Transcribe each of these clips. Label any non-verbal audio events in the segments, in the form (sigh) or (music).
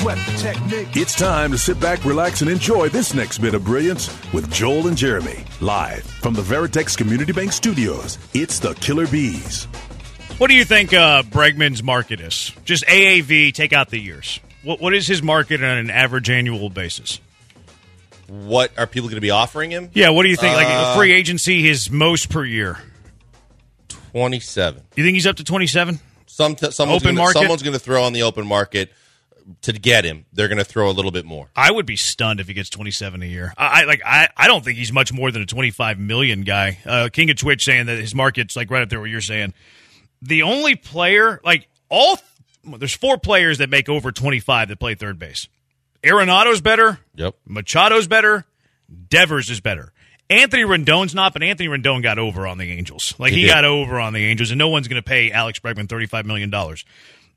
technique. It's time to sit back, relax, and enjoy this next bit of brilliance with Joel and Jeremy. Live from the Veritex Community Bank Studios, it's the Killer Bees. What do you think uh, Bregman's market is? Just AAV, take out the years. What, what is his market on an average annual basis? What are people going to be offering him? Yeah, what do you think? Like free agency, his most per year. Twenty-seven. You think he's up to twenty-seven? Some someone's Open gonna, market? Someone's going to throw on the open market to get him. They're going to throw a little bit more. I would be stunned if he gets twenty-seven a year. I, I like. I, I don't think he's much more than a twenty-five million guy. Uh, King of Twitch saying that his market's like right up there. What you're saying. The only player, like all, well, there's four players that make over twenty-five that play third base. Arenado's better. Yep. Machado's better. Devers is better. Anthony Rendon's not, but Anthony Rendon got over on the Angels. Like he, He did. got over on the Angels, and no one's going to pay Alex Bregman thirty-five million dollars.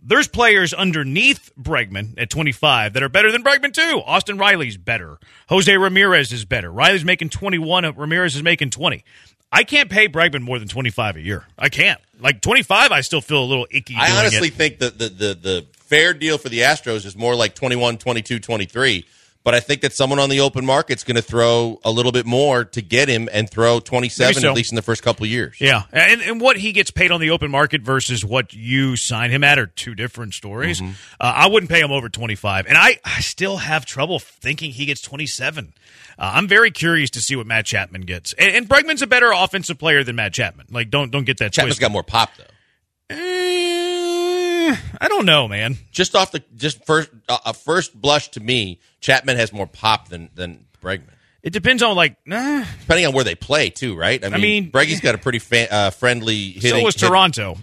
There's players underneath Bregman at 25 that are better than Bregman too. Austin Riley's better. Jose Ramirez is better. Riley's making 21. Ramirez is making 20. I can't pay Bregman more than 25 a year. I can't. Like 25, I still feel a little icky. doing I it. honestly think that the, the, the fair deal for the Astros is more like 21, 22, 23. But I think that someone on the open market's going to throw a little bit more to get him and throw 27 Maybe so. at least in the first couple of years. Yeah, and and what he gets paid on the open market versus what you sign him at are two different stories. Uh, I wouldn't pay him over twenty five, and I, I still have trouble thinking he gets twenty seven. Uh, I'm very curious to see what Matt Chapman gets, and, and Bregman's a better offensive player than Matt Chapman. Like, don't don't get that Chapman's twisted. got more pop though. Eh, I don't know, man. Just off the just first uh, a first blush to me, Chapman has more pop than than Bregman. It depends on like. nah. Depending on where they play too, right? I mean, mean- Breggy's got a pretty fa- uh, friendly hitting. so was hit- Toronto.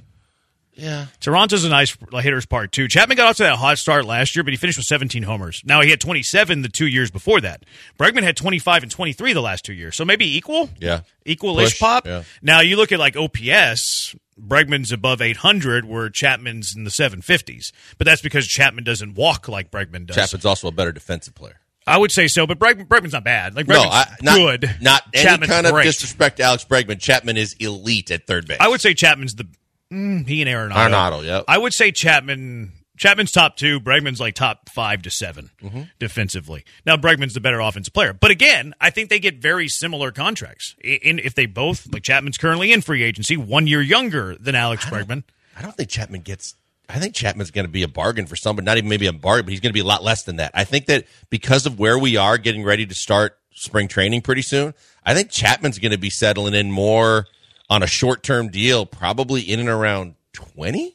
yeah. Toronto's a nice hitter's part too. Chapman got off to that hot start last year, but he finished with 17 homers. Now he had 27 the two years before that. Bregman had 25 and 23 the last two years, so maybe equal. Yeah. equal-ish Push, pop. yeah. Now you look at like OPS. Bregman's above 800, where Chapman's in the 750s. But that's because Chapman doesn't walk like Bregman does. Chapman's also a better defensive player. I would say so, but Bregman, Bregman's not bad. Like Bregman's no, I, not, good. Not any Chapman's kind of great. disrespect to Alex Bregman. Chapman is elite at third base. I would say Chapman's the mm, he and Arenado. Arenado, yep. I would say Chapman. Chapman's top two. Bregman's like top five to 7 Mm-hmm. defensively. Now Bregman's the better offensive player, but again, I think they get very similar contracts. I- In if they both like Chapman's currently in free agency, one year younger than Alex Bregman. I don't think Chapman gets. I think Chapman's going to be a bargain for somebody, not even maybe a bargain, but he's going to be a lot less than that. I think that because of where we are getting ready to start spring training pretty soon, I think Chapman's going to be settling in more on a short term deal, probably in and around 20.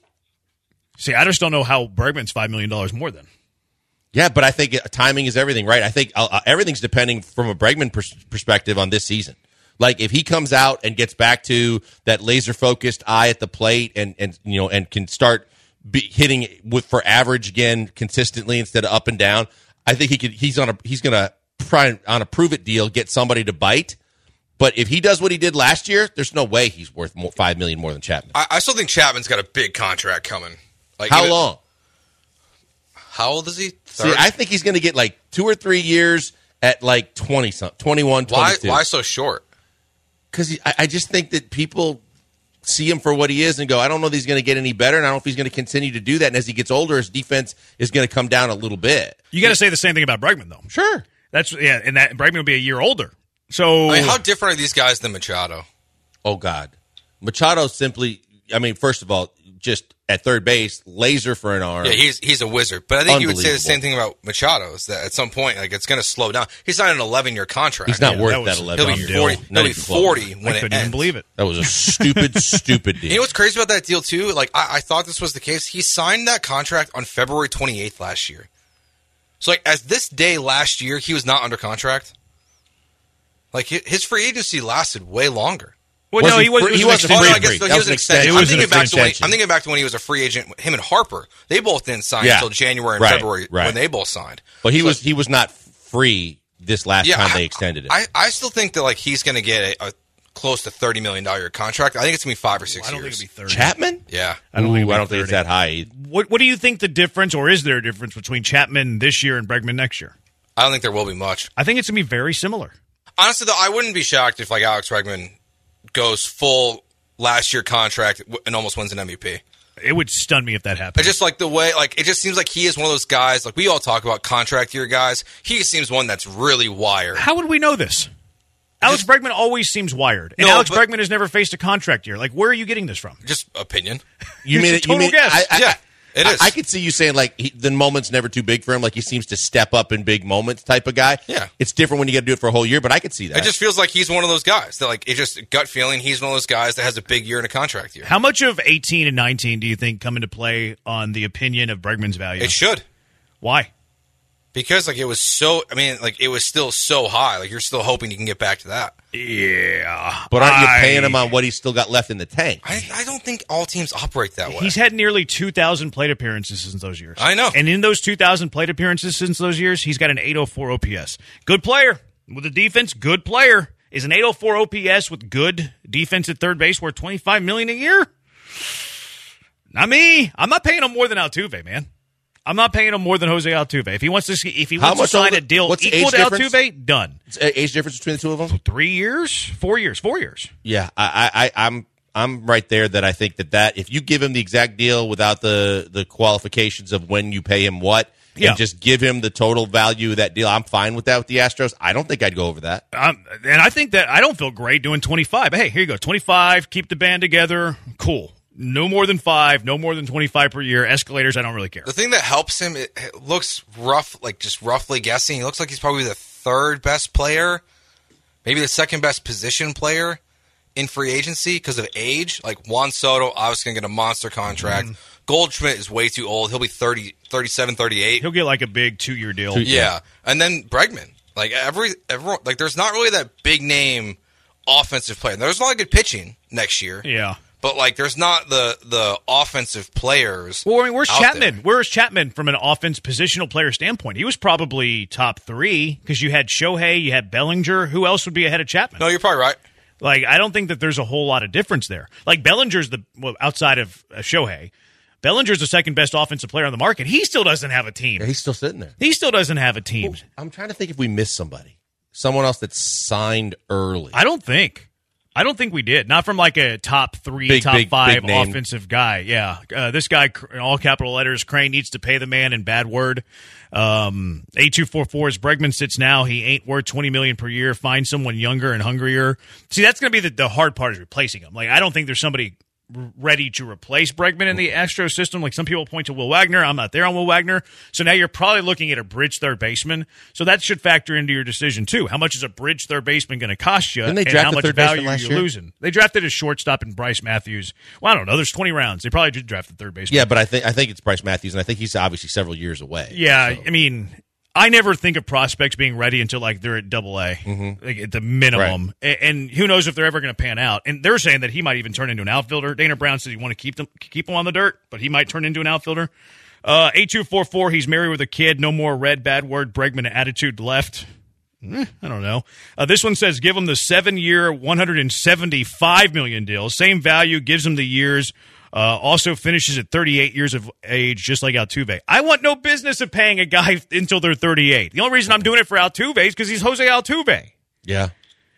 See, I just don't know how Bregman's five million dollars more than. Yeah, but I think uh, timing is everything, right? I think uh, uh, everything's depending from a Bregman pers- perspective on this season. Like if he comes out and gets back to that laser focused eye at the plate, and and you know and can start be hitting with for average again consistently instead of up and down, I think he could. He's on a he's gonna try and- on a prove it deal get somebody to bite. But if he does what he did last year, there's no way he's worth more, five million more than Chapman. I, I still think Chapman's got a big contract coming. Like How even- long? How old is he? See, 30? I think he's going to get like two or three years at like 20 something, 21, why 22. why so short? because I, I just think that people see him for what he is and go, I don't know that he's going to get any better, and I don't know if he's going to continue to do that. And as he gets older, his defense is going to come down a little bit. You got to say the same thing about Bregman though. Sure. That's yeah, and that Bregman will be a year older. So I mean, how different are these guys than Machado? Oh God, Machado simply. I mean, first of all, just at third base, laser for an arm. Yeah, he's he's a wizard. But I think you would say the Unbelievable. same thing about Machado. Is that at some point, like it's going to slow down. He's not an 11 year contract. He's not Yeah, worth that that, was- eleven. He'll be year deal. 40. Not He'll be even close. 40 when I it couldn't ends. even believe it. That was a stupid, (laughs) stupid deal. You know what's crazy about that deal too? Like I, I thought this was the case. He signed that contract on February 28th last year. So like as this day last year, he was not under contract. Like hi- his free agency lasted way longer. Well, Was no, he he, was, it free- was he an wasn't extension. free no, and I guess free. no, That he was was an extension. an extension. I'm It was an thinking back to when, extension. I'm thinking back to when he was a free agent. Him and Harper, they both didn't sign Yeah. until January and Right, February right. when they both signed. but he was he was not free this last time I- they extended it. I, I still think that like he's going to get a, a close to 30 million dollar contract. I think it's going to be 5 or 6 I don't think years. it'll be thirty. Chapman? yeah. I don't, think it'll Ooh, I be don't think it's 30. that high. either. What What do you think the difference, or is there a difference between Chapman this year and Bregman next year? I don't think there will be much. I think it's gonna be very similar. Honestly, though, I wouldn't be shocked if like Alex Bregman goes full last year contract w- and almost wins an MVP. It would stun me if that happened. It's just like the way, like it just seems like he is one of those guys. Like we all talk about contract year guys. He seems one that's really wired. How would we know this? Alex Bregman always seems wired, and No, Alex but- Bregman has never faced a contract year. Like, where are you getting this from? Just (laughs) opinion. You It's mean a it? You total mean guess. I, I, Yeah, it I- is. I, could see you saying like he, the moment's never too big for him. Like he seems to step up in big moments type of guy. Yeah. it's different when you got to do it for a whole year. But I could see that. It just feels like he's one of those guys that, like, it just gut feeling. He's one of those guys that has a big year and a contract year. How much of 18 and 19 do you think come into play on the opinion of Bregman's value? It should Why? because, like, it was so. I mean, like, it was still so high. Like, you're still hoping you can get back to that. Yeah. but aren't you I- paying him on what he's still got left in the tank? I, I don't think all teams operate that way. He's had nearly 2,000 plate appearances since those years. I know. And in those 2,000 plate appearances since those years, he's got an 804 OPS. Good player. With a defense, good player. Is an 804 OPS with good defense at third base worth 25 million a year? Not me. I'm not paying him more than Altuve, man. I'm not paying him more than Jose Altuve. If he wants to, if he How wants to much sign older- a deal what's the equal age to difference? Altuve, done. It's a- Age difference between the two of them? Three years, four years, four years. Yeah, I, I, I, I'm I'm right there. That I think that that if you give him the exact deal without the the qualifications of when you pay him what, Yeah. and just give him the total value of that deal, I'm fine with that with the Astros. I don't think I'd go over that. Um, and I think that I don't feel great doing 25. But hey, here you go. 25, keep the band together. Cool. No more than five, no more than 25 per year. Escalators, I don't really care. the thing that helps him, it, it looks rough, like just roughly guessing. He looks like he's probably the third best player, maybe the second best position player in free agency because of age. Like Juan Soto, obviously going to get a monster contract. Mm-hmm. Goldschmidt is way too old. He'll be 30, 37, 38. He'll get like a big two year deal. yeah. And then Bregman. Like every everyone, like there's not really that big name offensive player. There's a lot of good pitching next year. Yeah. But like there's not the the offensive players. Well, I mean, where's out Chapman? there. Where's Chapman from an offense positional player standpoint? He was probably top three because you had Shohei, you had Bellinger. Who else would be ahead of Chapman? No, you're probably right. Like, I don't think that there's a whole lot of difference there. Like, Bellinger's the well, outside of uh, Shohei, Bellinger's the second best offensive player on the market. He still doesn't have a team. He's still sitting there. He still doesn't have a team. I'm trying to think if we missed somebody, someone else that's signed early. I don't think. I don't think we did. Not from like a top three, Big, top big, five big name. offensive guy. Yeah, uh, this guy, in all capital letters, Crane needs to pay the man in bad word. Um, A two four four is Bregman sits now. He ain't worth twenty million per year. Find someone younger and hungrier. See, that's going to be the, the hard part is replacing him. Like, I don't think there's somebody r- ready to replace Bregman in the Astros system. Like some people point to Will Wagner. I'm not there on Will Wagner. So now you're probably looking at a bridge third baseman. So that should factor into your decision too. How much is a bridge third baseman going to cost you? Didn't they and draft how a much third baseman value are last you year? losing? They drafted a shortstop in Bryce Matthews. Well, I don't know. There's 20 rounds. They probably did draft the third baseman. yeah, but I think I think it's Bryce Matthews, and I think he's obviously several years away. Yeah, I mean, I never think of prospects being ready until like they're at double A, Mm-hmm. like at the minimum. A- And, who knows if they're ever going to pan out? And they're saying that he might even turn into an outfielder. Dana Brown says he want to keep them keep him on the dirt, but he might turn into an outfielder. Uh, eight two four four. He's married with a kid. No more red bad word Bregman attitude left. Eh, I don't know. Uh, this one says give him the seven year, one hundred and seventy five million deal. Same value gives him the years. Uh, also finishes at thirty eight years of age, just like Altuve. I want no business of paying a guy (laughs) until they're thirty eight. The only reason I'm doing it for Altuve is because he's Jose Altuve. yeah.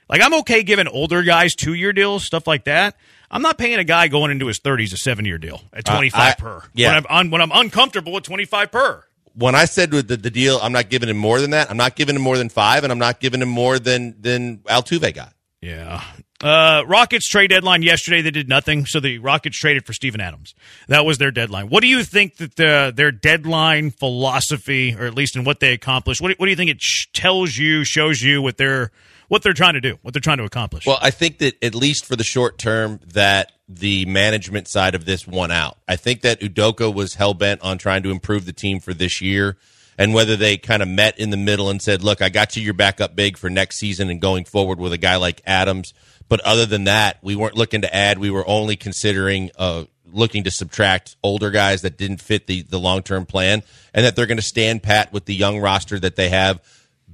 Like I'm okay giving older guys two year deals, stuff like that. I'm not paying a guy going into his thirties a seven year deal at twenty five Uh, I- per. yeah. when I'm, un- when I'm uncomfortable with twenty five per. When I said with the, the deal, I'm not giving him more than that. I'm not giving him more than five, and I'm not giving him more than than Altuve got. Yeah. Uh, Rockets trade deadline yesterday. They did nothing, so the Rockets traded for Steven Adams. That was their deadline. What do you think that the, their deadline philosophy, or at least in what they accomplished, what, do- what do you think it sh- tells you, shows you what they're what they're trying to do, what they're trying to accomplish? Well, I think that at least for the short term, that the management side of this won out. I think that Udoka was hell bent on trying to improve the team for this year, and whether they kind of met in the middle and said, "Look, I got you your backup big for next season and going forward with a guy like Adams." But other than that, we weren't looking to add. We were only considering uh, looking to subtract older guys that didn't fit the the long term plan, and that they're going to stand pat with the young roster that they have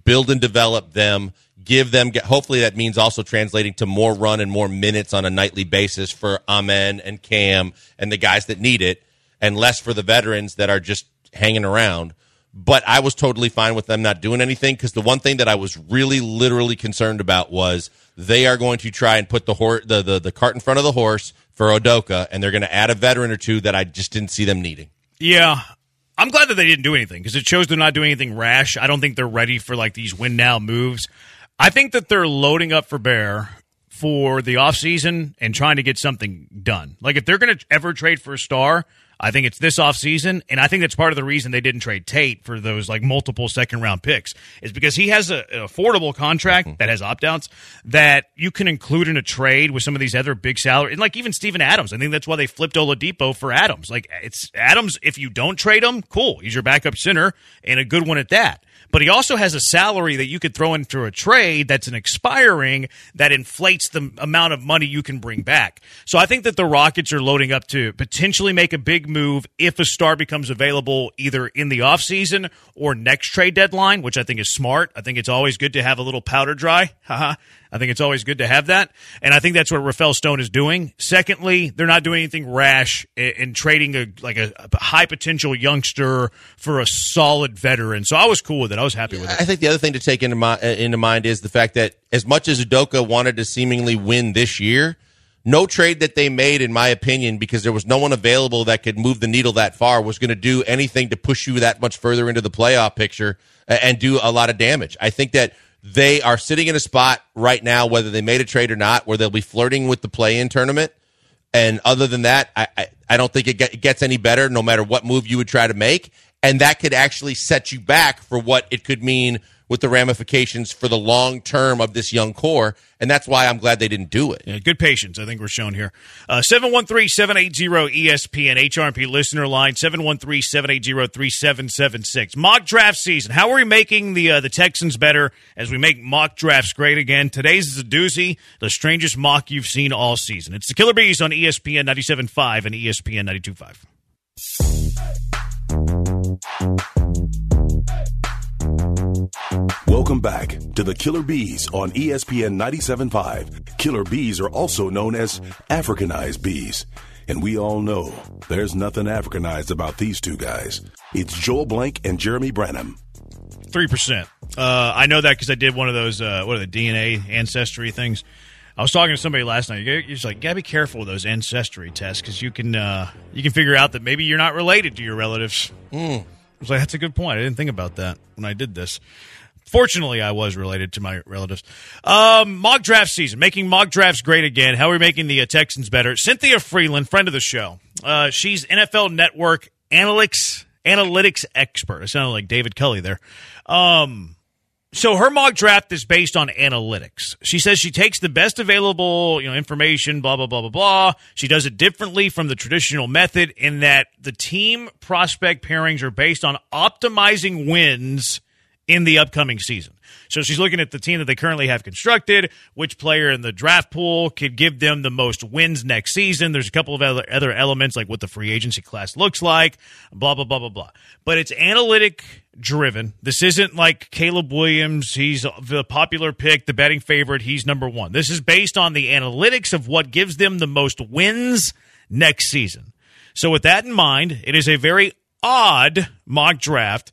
build and develop them, give them. Hopefully, that means also translating to more run and more minutes on a nightly basis for Amen and Cam and the guys that need it, and less for the veterans that are just hanging around. but I was totally fine with them not doing anything because the one thing that I was really literally concerned about was they are going to try and put the hor- the, the the cart in front of the horse for Odoka, and they're going to add a veteran or two that I just didn't see them needing. Yeah. I'm glad that they didn't do anything because it shows they're not doing anything rash. I don't think they're ready for like these win now moves. I think that they're loading up for Bear for the offseason and trying to get something done. Like if they're going to ever trade for a star, I think it's this offseason and I think that's part of the reason they didn't trade Tate for those like multiple second round picks is because he has a, an affordable contract that has opt-outs that you can include in a trade with some of these other big salaries. And like even Steven Adams, I think that's why they flipped Oladipo for Adams. Like it's Adams if you don't trade him, cool. He's your backup center and a good one at that but he also has a salary that you could throw into a trade that's an expiring that inflates the amount of money you can bring back. So I think that the Rockets are loading up to potentially make a big move if a star becomes available either in the offseason or next trade deadline, which I think is smart. I think it's always good to have a little powder dry. (laughs) Haha. I think it's always good to have that. And I think that's what Rafael Stone is doing. Secondly, they're not doing anything rash in, in trading a like a, a high potential youngster for a solid veteran. So I was cool with it. I was happy with it. I think the other thing to take into, mi- uh, into mind is the fact that as much as Udoka wanted to seemingly win this year, no trade that they made, in my opinion, because there was no one available that could move the needle that far, was going to do anything to push you that much further into the playoff picture a- and do a lot of damage. I think that they are sitting in a spot right now, whether they made a trade or not, where they'll be flirting with the play in tournament. And other than that, I, I, I don't think it, get, it gets any better no matter what move you would try to make. And that could actually set you back for what it could mean with the ramifications for the long term of this young core. And that's why I'm glad they didn't do it. Yeah, uh, good patience, I think we're shown here. Uh, 713 780 ESPN, HRP listener line, 713 780 3776. Mock draft season. How are we making the uh, the Texans better as we make mock drafts great again? Today's is a doozy, the strangest mock you've seen all season. It's the Killer Bees on E ESPN 97.5 and E ESPN 92.5. Welcome back to the Killer Bees on E ESPN 97.5. Killer bees are also known as Africanized bees. And we all know there's nothing Africanized about these two guys. It's Joel Blank and Jeremy Branham. Three percent. Uh, I know that because I did one of those uh, what are the DNA ancestry things. I was talking to somebody last night. You're just like, gotta be careful with those ancestry tests because you can uh, you can figure out that maybe you're not related to your relatives. I was like, that's a good point. I didn't think about that when I did this. Fortunately, I was related to my relatives. Um, mock draft season, making mock drafts great again. How are we making the uh, Texans better? Cynthia Freeland, friend of the show. Uh, she's NFL Network analytics analytics expert. I sounded like David Kelly there. Um, so her mock draft is based on analytics. She says she takes the best available, you know, information, blah blah blah blah blah. She does it differently from the traditional method in that the team prospect pairings are based on optimizing wins in the upcoming season. So she's looking at the team that they currently have constructed, which player in the draft pool could give them the most wins next season. There's a couple of other, other elements like what the free agency class looks like, blah, blah, blah, blah, blah. But it's analytic driven. This isn't like Caleb Williams. He's the popular pick, the betting favorite. He's number one. This is based on the analytics of what gives them the most wins next season. So with that in mind, it is a very odd mock draft.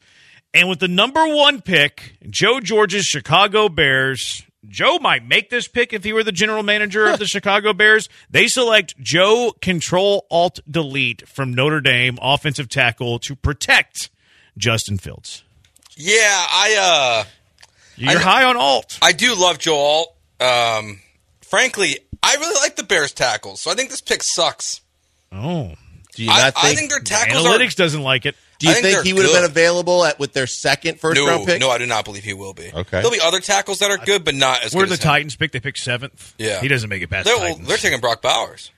And with the number one pick, Joe George's Chicago Bears, Joe might make this pick if he were the general manager of the Chicago Bears. They select Joe Control Alt Delete from Notre Dame, offensive tackle, to protect Justin Fields. Yeah, I uh, You're high on Alt. I do love Joel. Um, frankly, I really like the Bears tackles, so I think this pick sucks. Oh, Do you I, not I think, think their tackles are. analytics doesn't like it. do you I think think, they're he would have good. been available at with their second first No, round pick? no, I do not believe he will be. Okay. there'll be other tackles that are good, but not as Where good the as him. Titans pick? They pick seventh. Yeah. he doesn't make it past. They're, well, Titans. they're taking Brock Bowers.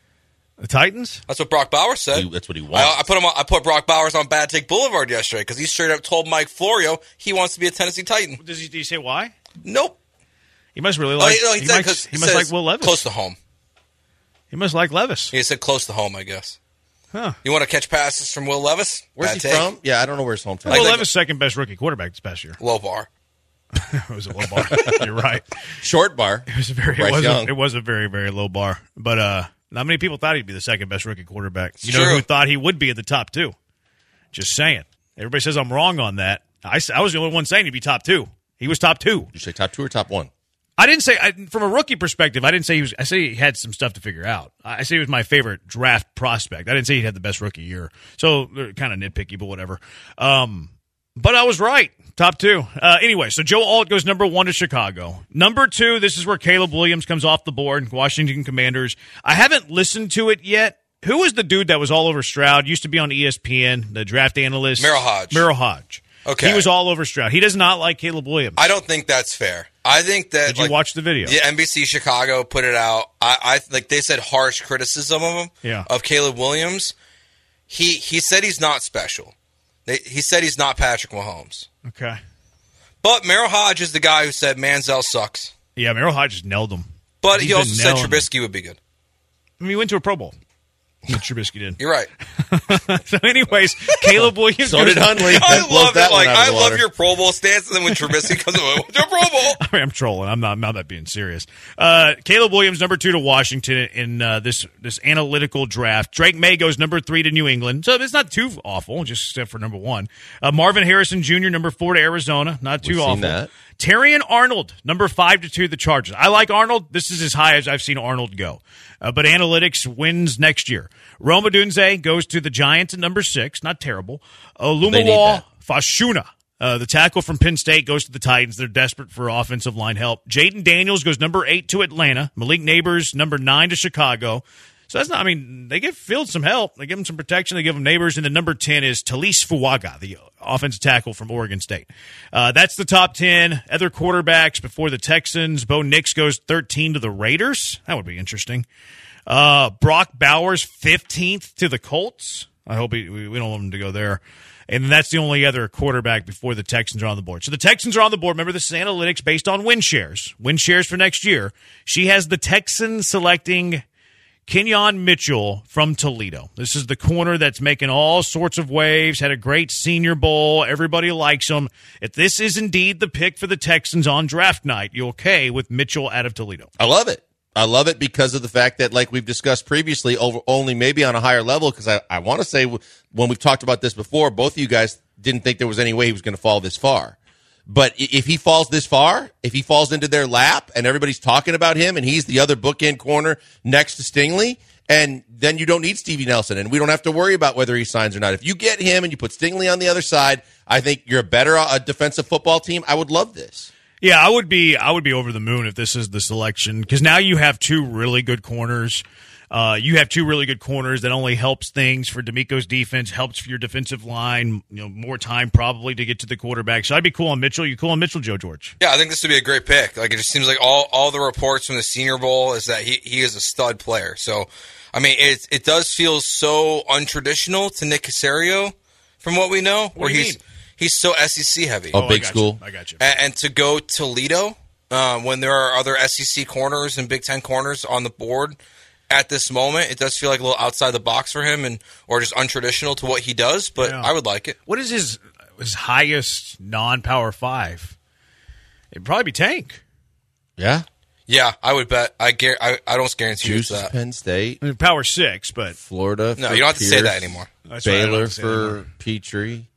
the Titans. That's what Brock Bowers said. He- that's what he wants. I, I put him. On, I put Brock Bowers on Bad Take Boulevard yesterday because he straight up told Mike Florio he wants to be a Tennessee Titan. Does he, did he say why? Nope. He must really Oh, like. he- no, he, he, said must, 'cause he must says like Will Levis. Close to home. He must like Levis. He said close to home. I guess. Huh. You want to catch passes from Will Levis? Where's Bad he take. from? Yeah, I don't know where his hometown. Like- Will think- Levis second best rookie quarterback this past year. (laughs) Low bar. It was a (laughs) low bar. (laughs) You're right. Short bar. It was a very it Bryce was a, Young. it was a very very low bar. But uh not many people thought he'd be the second best rookie quarterback. You know true. who thought he would be at the top two? Just saying. Everybody says I'm wrong on that. I, s- I was the only one saying he'd be top two. He was top two. you say top two or top one? I didn't say I, from a rookie perspective. I didn't say he was. I say he had some stuff to figure out. I, I say he was my favorite draft prospect. I didn't say he had the best rookie year. So they're kind of nitpicky, but whatever. Um, but I was right. Top two. Uh, anyway, so Joe Alt goes number one to Chicago. Number two, this is where Caleb Williams comes off the board. Washington Commanders. I haven't listened to it yet. Who was the dude that was all over Stroud? Used to be on E ESPN, the draft analyst. Merrill Hodge. Merrill Hodge. Okay. He was all over Stroud. He does not like Caleb Williams. I don't think that's fair. I think that Did you like, watch the video? Yeah, NBC Chicago put it out. I, I like they said harsh criticism of him. Yeah. of Caleb Williams. He he said he's not special. They, he said he's not Patrick Mahomes. Okay. But Merrill Hodge is the guy who said Manziel sucks. Yeah, Merrill Hodges nailed him. But He's he also been said nailing Trubisky would be good. I mean, he went to a Pro (laughs) Bowl. What Trubisky did. (laughs) You're right. so, anyways, Caleb Williams. So goes- did Hundley. (laughs) I Blows love that it. one Like out of I the love water. your Pro Bowl stance, and then when Trubisky (laughs) comes away with your Pro Bowl, (laughs) I'm trolling. I'm not. I'm not being serious. Uh, Caleb Williams, number two to Washington in uh, this this analytical draft. Drake May goes number three to New England, so it's not too awful. Just except for number one, uh, Marvin Harrison Jr. number four to Arizona, not too We've seen awful. that. Terrian Arnold, number five to two, the Chargers. I like Arnold. This is as high as I've seen Arnold go. Uh, but analytics wins next year. Roma Dunze goes to the Giants at number six. Not terrible. Uh, They need Olumawal that. Fashuna. Uh, the tackle from Penn State goes to the Titans. They're desperate for offensive line help. Jaden Daniels goes number eight to Atlanta. Malik Neighbors, number nine to Chicago. So that's not, I mean, they give Fields some help. They give him some protection. They give him neighbors. And then number 10 is Talise Fuaga, the offensive tackle from Oregon State. Uh, that's the top 10. Other quarterbacks before the Texans. Bo Nix goes 13 to the Raiders. That would be interesting. Uh, Brock Bowers, 15th to the Colts. I hope he, we, we don't want him to go there. And that's the only other quarterback before the Texans are on the board. So the Texans are on the board. Remember, this is analytics based on win shares. Win shares for next year. She has the Texans selecting Kenyon Mitchell from Toledo. This is the corner that's making all sorts of waves, had a great senior bowl. Everybody likes him. If this is indeed the pick for the Texans on draft night, you okay with Mitchell out of Toledo? I love it. I love it because of the fact that, like we've discussed previously, over only maybe on a higher level. Because I, I want to say w- when we've talked about this before, both of you guys didn't think there was any way he was going to fall this far. But i- if he falls this far, if he falls into their lap, and everybody's talking about him, and he's the other bookend corner next to Stingley, and then you don't need Stevie Nelson, and we don't have to worry about whether he signs or not. If you get him and you put Stingley on the other side, I think you're a better uh, defensive football team. I would love this. Yeah, I would be I would be over the moon if this is the selection because now you have two really good corners. Uh, you have two really good corners that only helps things for D'Amico's defense, helps for your defensive line. You know, more time probably to get to the quarterback. So I'd be cool on Mitchell. You cool on Mitchell, Joe George? yeah, I think this would be a great pick. Like it just seems like all all the reports from the Senior Bowl is that he he is a stud player. So, I mean, it it does feel so untraditional to Nick Casario from what we know, where do you he's mean? he's so SEC heavy. Oh, big I got school. You. I got you. and, and to go Toledo uh, when there are other SEC corners and Big Ten corners on the board at this moment, it does feel like a little outside the box for him, and or just untraditional to what he does. But Yeah. I would like it. What is his his highest non Power Five? It'd probably be Tank. Yeah, Yeah, I would bet. I gar- I, I don't guarantee you Juice that. Penn State. I mean, Power Six, but Florida. No, for you don't have to say Pierce, that anymore. That's right, I don't Baylor have to say that for Petrie.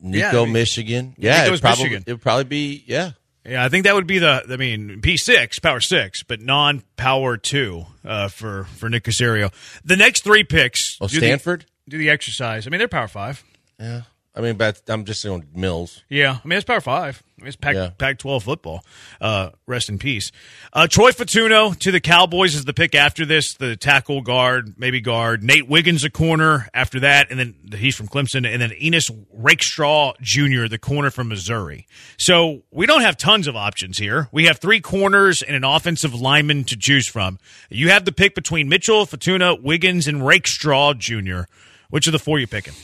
Nico, Yeah, I mean- Michigan. Yeah, Nico's it probably Michigan. it would probably be yeah. yeah, I think that would be the. I mean, P six, Power Six, but non Power Two uh, for for Nick Casario. The next three picks. Oh, do the- Stanford. do the exercise. I mean, they're Power Five. yeah, I mean, but I'm just on Mills. Yeah, I mean it's Power Five. I mean, it's Pac Yeah. Pac twelve football. Uh, rest in peace. Uh, Troy Fatuno to the Cowboys is the pick after this. The tackle guard, maybe guard. Nate Wiggins a corner after that, and then he's from Clemson, and then Enos Rakestraw Jr. the corner from Missouri. So we don't have tons of options here. We have three corners and an offensive lineman to choose from. You have the pick between Mitchell, Fatuno, Wiggins, and Rakestraw Jr. Which of the four you picking?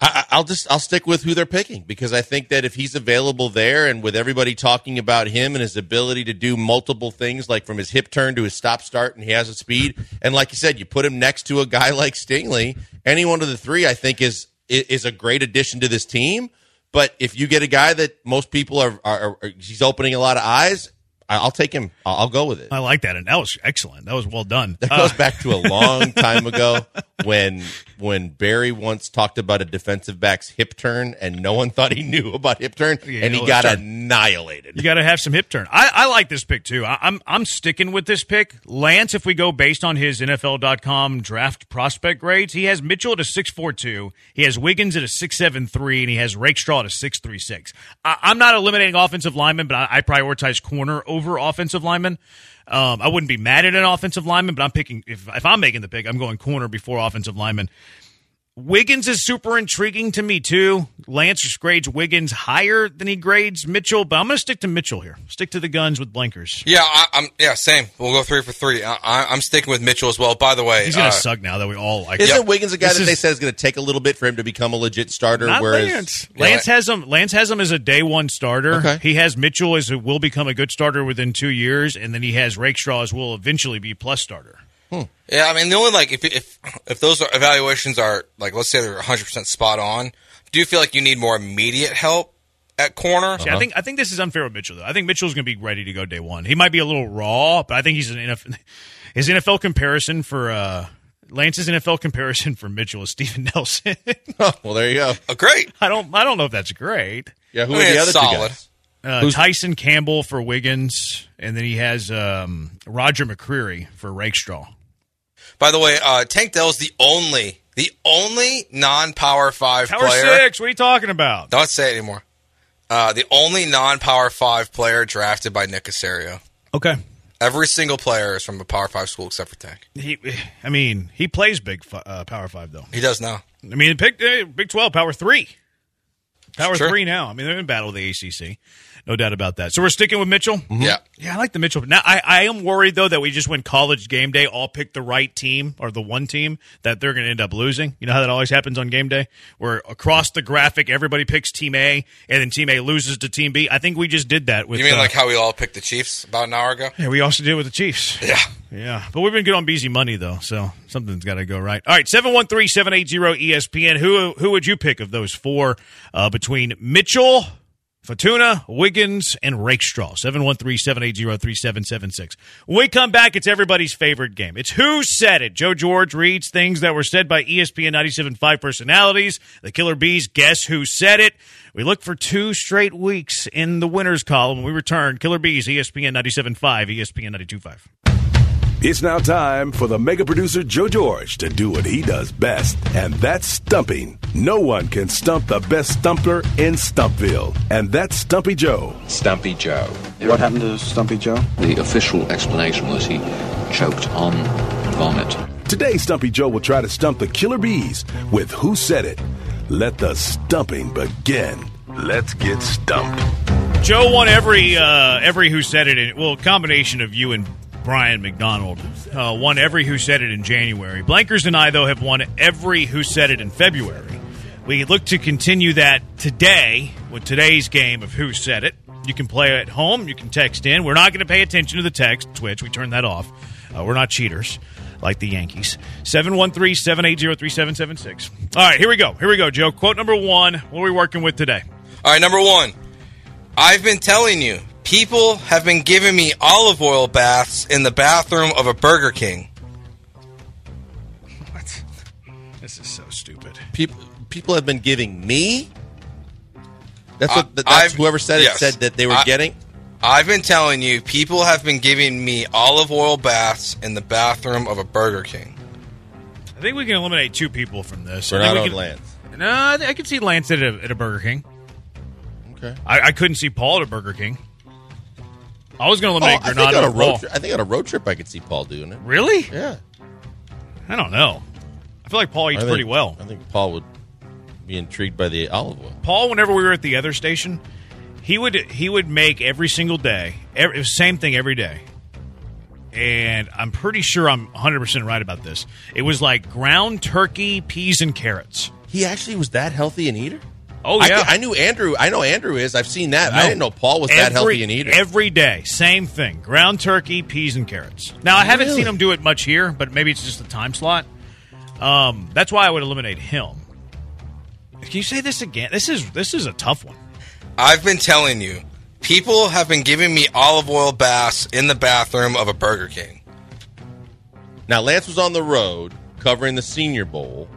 I, I- I'll just I'll stick with who they're picking because I think that if he's available there and with everybody talking about him and his ability to do multiple things like from his hip turn to his stop start and he has a speed and like you said you put him next to a guy (laughs) like Stingley any one of the three I think is i- is a great addition to this team but if you get a guy that most people are are, are he's opening a lot of eyes I- I'll take him I'll, I'll go with it I like that, and that was excellent. That was well done. that goes back to a long time ago when when Barry once talked about a defensive back's hip turn, and no one thought he knew about hip turn, Yeah, and you he know, got turn. annihilated. You got to have some hip turn. I, I like this pick too. I, I'm I'm sticking with this pick. Lance, if we go based on his NFL.com draft prospect grades, he has Mitchell at a six four two. He has Wiggins at a six seven three, and he has Rakestraw at a six three six. I'm not eliminating offensive linemen, but I, I prioritize corner over offensive linemen. Um, I wouldn't be mad at an offensive lineman, but I'm picking if if I'm making the pick, I'm going corner before offensive lineman. Wiggins is super intriguing to me too. Lance grades Wiggins higher than he grades Mitchell, but I'm going to stick to Mitchell here. Stick to the guns with blinkers. Yeah, I, I'm. Yeah, same. We'll go three for three. I, I, I'm sticking with Mitchell as well. By the way, He's going uh, to suck now that we all like. Isn't him. Wiggins a guy This that they is- said is going to take a little bit for him to become a legit starter? Not whereas Lance. You know, Lance has him. Lance has him as a day one starter. Okay. He has Mitchell as who will become a good starter within two years, and then he has Rakestraw as will eventually be plus starter. Yeah, I mean the only like if if if those are- evaluations are like let's say they're 100 percent spot on, do you feel like you need more immediate help at corner? See, I think I think this is unfair with Mitchell though. I think Mitchell's going to be ready to go day one. He might be a little raw, but I think he's an NFL. (laughs) His NFL comparison for uh, Lance's NFL comparison for Mitchell is Steven (laughs) Nelson. (laughs) Oh, well, there you go. Uh, great. I don't I don't know if that's great. Yeah, who I mean, are the it's other two solid. guys? Uh, Tyson Campbell for Wiggins, and then he has um, Roger McCreary for Rakestraw. By the way, uh, Tank Dell's the only the only non-power five Power player. six. What are you talking about? Don't say it anymore. Uh, the only non-power five player drafted by Nick Casario. Okay. Every single player is from a power five school except for Tank. He, I mean, he plays big fi- uh, Power Five though. He does now. I mean, Big, eh, Big 12, Power 3. Power Sure. 3 now. I mean, they're in battle with the ACC. No doubt about that. So we're sticking with Mitchell? Mm-hmm. Yeah. Yeah, I like the Mitchell. Now, I, I am worried, though, that we just went college game day, all picked the right team or the one team that they're going to end up losing. You know how that always happens on game day? Where across the graphic, everybody picks team A, and then team A loses to team B. I think we just did that with. You mean uh, like how we all picked the Chiefs about an hour ago? yeah, we also did it with the Chiefs. Yeah. Yeah, but we've been good on BZ money though, so something's got to go right. All right, 713-780-ESPN. Who who would you pick of those four uh, between Mitchell, Fatuna, Wiggins, and Rakestraw? 713-780-3776. When we come back, it's everybody's favorite game. It's Who Said It. Joe George reads things that were said by E ESPN 97.5 personalities. The Killer Bees guess who said it. We look for two straight weeks in the winners column. When we return, Killer Bees, E ESPN 97.5, ESPN 92.5. It's now time for the mega producer Joe George to do what he does best, and that's stumping. No one can stump the best stumper in Stumpville, and that's Stumpy Joe. Stumpy Joe. What happened to Stumpy Joe? The official explanation was he choked on vomit. Today, Stumpy Joe will try to stump the killer bees with Who Said It. Let the stumping begin. Let's get stumped. Joe won every uh, every who said it in well combination of you and Brian McDonald uh, won every who said it in January. Blankers and I though have won every who said it in February. We look to continue that today with today's game of who said it. You can play at home. You can text in. We're not going to pay attention to the text. Twitch. We turn that off. Uh, we're not cheaters like the Yankees. 713-780-3776. All right, here we go. Here we go, Joe. Quote number one. What are we working with today? All right, number one. I've been telling you, people have been giving me olive oil baths in the bathroom of a Burger King. This is so stupid. People, people have been giving me. That's what. I- that's Uh, I've- whoever said it yes. said that they were I- getting. I've been telling you, people have been giving me olive oil baths in the bathroom of a Burger King. I think we can eliminate two people from this. We're I think not we on can- Lance. No, I, th- I could see Lance at a, at a Burger King. Okay. I, I couldn't see Paul at a Burger King. I was going to Oh, I eliminate think Granada on a and Paul. road. Tri- I think on a road trip, I could see Paul doing it. Really? Yeah, I don't know. I feel like Paul I eats think- pretty well. I think Paul would be intrigued by the olive oil. Paul, whenever we were at the other station, he would he would make every single day, every, same thing every day. And I'm pretty sure I'm 100% right about this. It was like ground turkey, peas, and carrots. He actually was that healthy an eater. Oh, I, yeah. I knew Andrew. I know Andrew is. I've seen that. I No. didn't know Paul was that healthy an eater. Every day, same thing: ground turkey, peas, and carrots. Now, I haven't Really? seen him do it much here, but maybe it's just the time slot. Um, that's why I would eliminate him. Can you say this again? This is this is a tough one. I've been telling you, people have been giving me olive oil baths in the bathroom of a Burger King. Now Lance was on the road covering the Senior Bowl,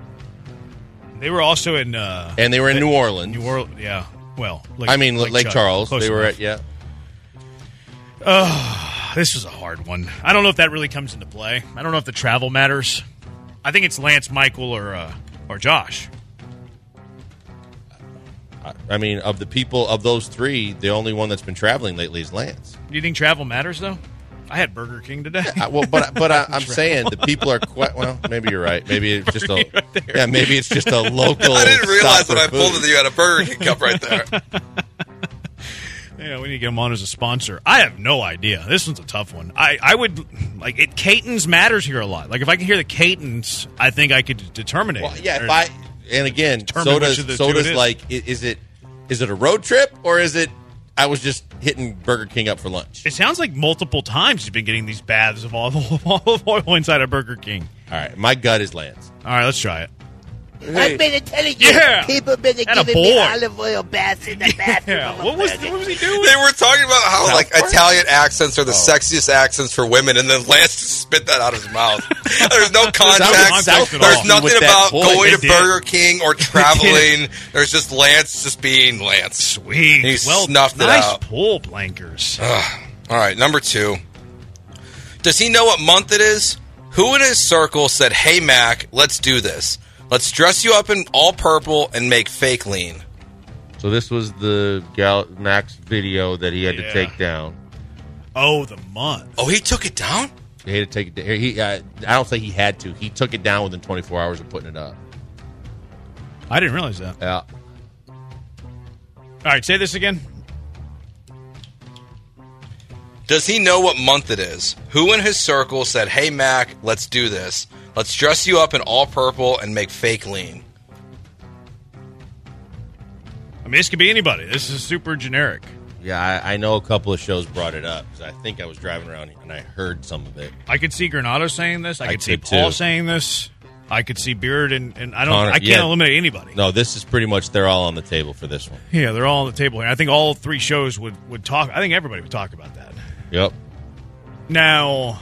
They were also in uh, and they were in New Orleans. New Orleans. Yeah. Well, Lake, I mean, Lake, Chug- Charles. close They were enough. at yeah. This is a hard one. I don't know if that really comes into play. I don't know if the travel matters. I think it's Lance, Michael, or uh, or Josh. I mean, of the people of those three, the only one that's been traveling lately is Lance. Do you think travel matters though? I had Burger King today. (laughs) (laughs) I, well, but but I, I'm saying the people are quite well. Maybe you're right. Maybe it's just a yeah. Maybe it's just a local. I didn't stop realize for when I pulled food. it that you had a Burger King cup (laughs) right there. Yeah, we need to get him on as a sponsor. I have no idea. This one's a tough one. I, I would like it. Catons matters here a lot. Like if I could hear the Catons, I think I could determine it. Well, yeah, if I and again, Determine so which does of the so two does it is. like i- is it is it a road trip or is it I was just hitting Burger King up for lunch. it sounds like multiple times you've been getting these baths (laughs) of olive olive oil inside of Burger King. All right, my gut is Lance. All right, let's try it. I've been intelligent. Yeah. People been And a giving me boy. olive oil baths in the (laughs) bathroom. Yeah, of a what (laughs) was burger. what was he doing? They were talking about how like Italian accents are the sexiest accents for women, and then Lance just spit that out of his mouth. There's no context context. at all There's nothing with that about boy. going They to did. Burger King or traveling. There's just Lance just being Lance. Sweet. He well, snuffed it nice out. pull, Blankers. All right, number two. Does he know what month it is? Who in his circle said, "Hey Mac, let's do this. Let's dress you up in all purple and make fake lean." So this was the Gal- Max video that he had Yeah. to take down. oh, the month. Oh, he took it down. He had to take it. da- He, uh, I don't think he had to. He took it down within 24 hours of putting it up. I didn't realize that. Yeah. All right, say this again. Does he know what month it is? Who in his circle said, "Hey Mac, let's do this. Let's dress you up in all purple and make fake lean." (laughs) I mean, this could be anybody. This is super generic. Yeah, I, I know a couple of shows brought it up because I think I was driving around and I heard some of it. I could see Granado saying this. I could I see did, Paul too. saying this. I could see Beard and, and I don't. Connor, I can't yeah. eliminate anybody. No, this is pretty much they're all on the table for this one. Yeah, they're all on the table here. I think all three shows would would talk. I think everybody would talk about that. Yep. Now,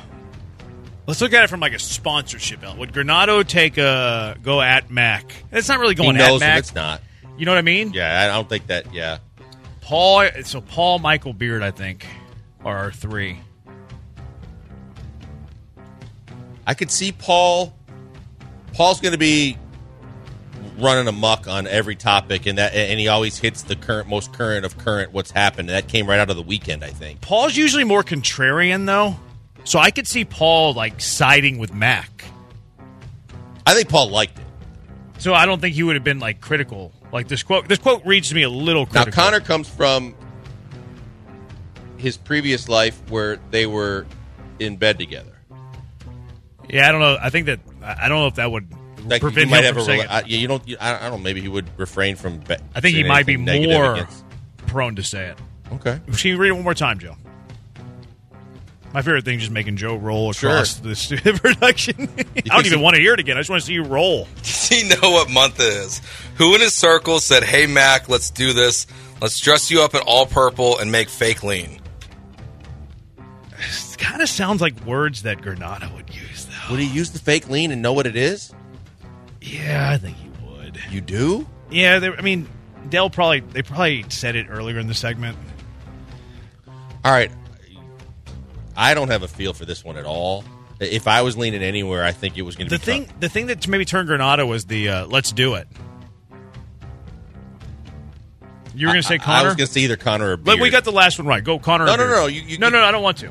let's look at it from like a sponsorship. angle. Would Granado take a go at Mac? It's not really He going at knows if Mac. it's not. You know what I mean? Yeah, I don't think that. Yeah. Paul. So Paul, Michael, Beard, I think, are our three. I could see Paul. Paul's going to be running amok on every topic, and that and he always hits the current, most current of current what's happened. And that came right out of the weekend, I think. Paul's usually more contrarian though, so I could see Paul like siding with Mac. I think Paul liked it. So I don't think he would have been like critical. Like this quote, this quote reads to me a little critical. Now Connor comes from his previous life where they were in bed together. yeah, I don't know. I think that I I don't know if that would Like prevent you might him have from a saying rela- it. I, yeah, you don't. You, I, don't- I don't. know, Maybe he would refrain from. Be- I think he saying might be anything negative more against- prone to say it. okay. Can you read it one more time, Joe? My favorite thing is just making Joe roll across Sure. the (laughs) stu- production. I don't even want to hear it again. I just want to see you roll. Does he know what month it is? Who in his circle said, "Hey Mac, let's do this. Let's dress you up in all purple and make fake lean." It kind of sounds like words that Granada would use, though. Would he use the fake lean and know what it is? Yeah, I think he would. You do. Yeah, they, I mean, Dell probably they probably said it earlier in the segment. All right. I don't have a feel for this one at all. If I was leaning anywhere, I think it was going to The be thing, tough. the thing that maybe turned Granada was the uh, "Let's do it." You were going to say I- Connor. I was going to say either Connor or. But we Beard. got the last one right. Go Connor. No, or no, Beard. no, you- you- no, no, no. I don't want to.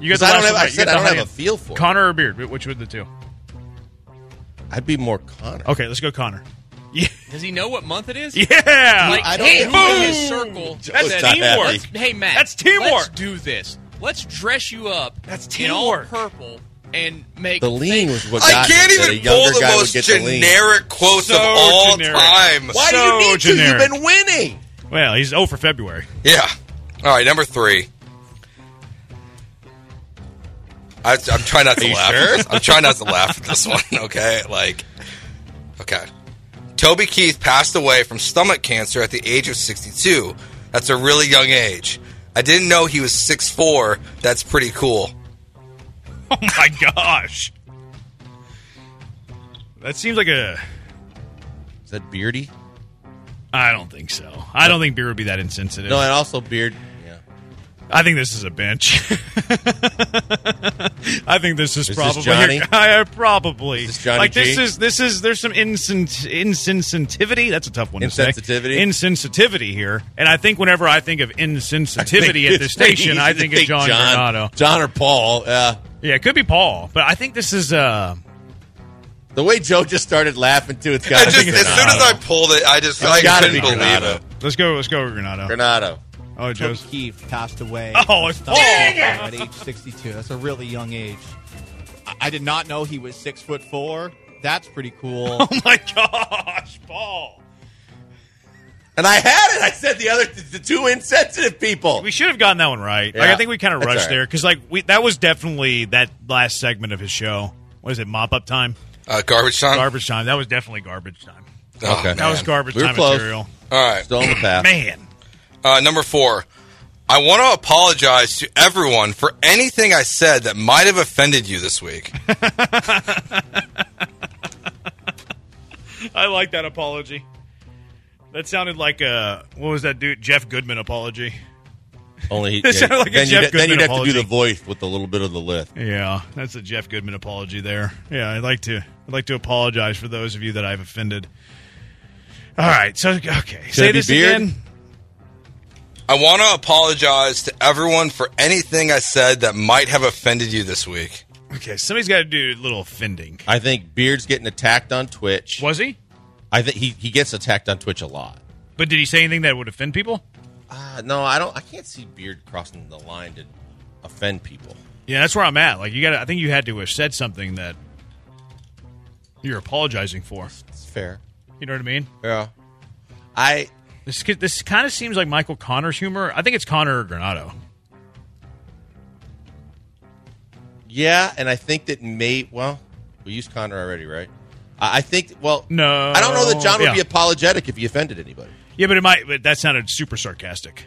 You got the I last don't have- one right. I You said got I the don't have high end. a feel for it. Connor or Beard. Wh- Which would the two? I'd be more Connor. Okay, let's go (laughs) Connor. Yeah, Does he know what month it is? yeah. Like, I don't hey, know. who in his circle. That's said, teamwork. "Let's- Hey, Matt. That's teamwork. Let's do this. Let's dress you up. That's in all teamwork. purple and make The lean was what I got can't me, that a even younger pull the guy would most get the lean. generic quotes So of all generic. time. Why So do you need to? generic. You've been winning. well, he's 0 for February. (laughs) Yeah. All right, number three. I, I'm trying not to you laugh. sure? I'm trying not to laugh at this one. Okay, like, okay. Toby Keith passed away from stomach cancer at the age of 62. That's a really young age. I didn't know he was 6'4". That's pretty cool. Oh my gosh. That seems like a Is that Beardy? I don't think so. I don't think beer would be that insensitive. No, and also Beard. Yeah. I think this is a bench. (laughs) I think this is, Is this probably Johnny? (laughs) I, I- probably Is this Johnny like this G? is this is there's some insen- insensitivity. That's a tough one. Insensitivity? To say. Insensitivity here, and I think whenever I think of (laughs) insensitivity at this It's pretty station, easy I to think of John, Granado. John or Paul. Uh, Yeah, it could be Paul, but I think this is uh the way Joe just started laughing too, it's I got to just, be as soon as I pulled it, I just I got to couldn't be believe Granado. it. let's go let's go with Granado. Granado. Oh, Joe's Keefe tossed away. Oh, it's Stubbs Paul. (laughs) at age 62. That's a really young age. I, I did not know he was six foot four. That's pretty cool. Oh my gosh, Paul. (laughs) And I had it. I said the other the two insensitive people. We should have gotten that one right. Like Yeah. I think we kind of That's rushed all right. there because like we that was definitely that last segment of his show. What is it? Mop up time, Uh, garbage time. garbage time. That was definitely garbage time. Oh, Okay. man. That was garbage We were time close. material. All (coughs) right. Still on the path. Man, Uh, number four, I want to apologize to everyone for anything I said that might have offended you this week. I like that apology. That sounded like a what was that dude Jeff Goodman apology? (laughs) Only It sounded like a then, Jeff you'd, then Goodman you'd have to do apology. the voice with a little bit of the lift. Yeah, that's a Jeff Goodman apology there. Yeah, I'd like to I'd like to apologize for those of you that I've offended. All right, so okay, it say be this beard? again. I want to apologize to everyone for anything I said that might have offended you this week. Okay, somebody's got to do a little offending. I think Beard's getting attacked on Twitch. Was he? I think he, he gets attacked on Twitch a lot. But did he say anything that would offend people? Uh, no, I don't. I can't see Beard crossing the line to offend people. Yeah, that's where I'm at. Like you got, to I think you had to have said something that you're apologizing for. It's fair. You know what I mean? Yeah. I This ki- this kind of seems like Michael Connor's humor. I think it's Connor or Granado. yeah, and I think that may well we used Connor already, right? I, I think well No. I don't know that John would Yeah. be apologetic if he offended anybody. Yeah, but it might. But that sounded super sarcastic.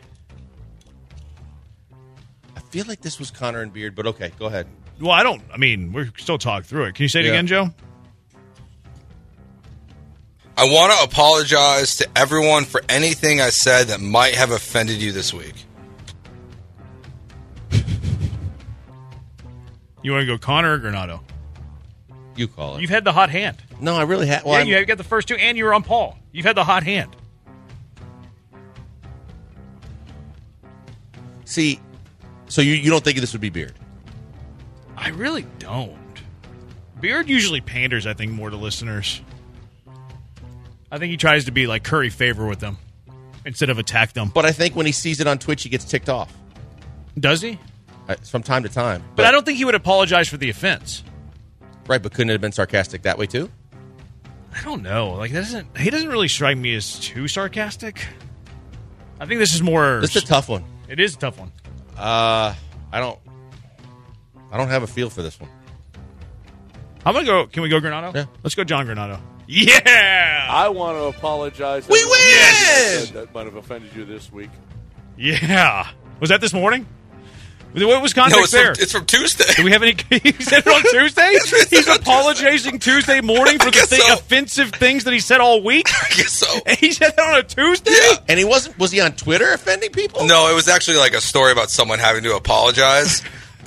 I feel like this was Connor and Beard, but okay, go ahead. Well, I don't. I mean, we're still talking through it. Can you say it Yeah. again, Joe? I want to apologize to everyone for anything I said that might have offended you this week. You want to go Connor or Granado? You call it. You've had the hot hand. no, I really had. Well, I'm- yeah, you got the first two, and you were on Paul. You've had the hot hand. see, so you you don't think this would be Beard? I really don't. Beard usually panders, I think, more to listeners. I think he tries to be like curry favor with them instead of attack them. But I think when he sees it on Twitch, he gets ticked off Does he? I, from time to time. But I don't think he would apologize for the offense. right, but couldn't it have been sarcastic that way too? I don't know. Like that doesn't he doesn't really strike me as too sarcastic. I think this is more This is a tough one. it is a tough one. Uh, I don't, I don't have a feel for this one. I'm gonna go can we go Granado? Yeah. Let's go John Granado. Yeah. I want to apologize. We to everyone win! that said That might have offended you this week. Yeah. Was that this morning? What was context No, it's there? from, it's from Tuesday. Do we have any? (laughs) He said it on Tuesday. He's apologizing Tuesday morning for I the guess thi- so. offensive things that he said all week. (laughs) I guess so. And he said that on a Tuesday. Yeah. And he wasn't. Was he on Twitter offending people? No, it was actually like a story about someone having (laughs) to apologize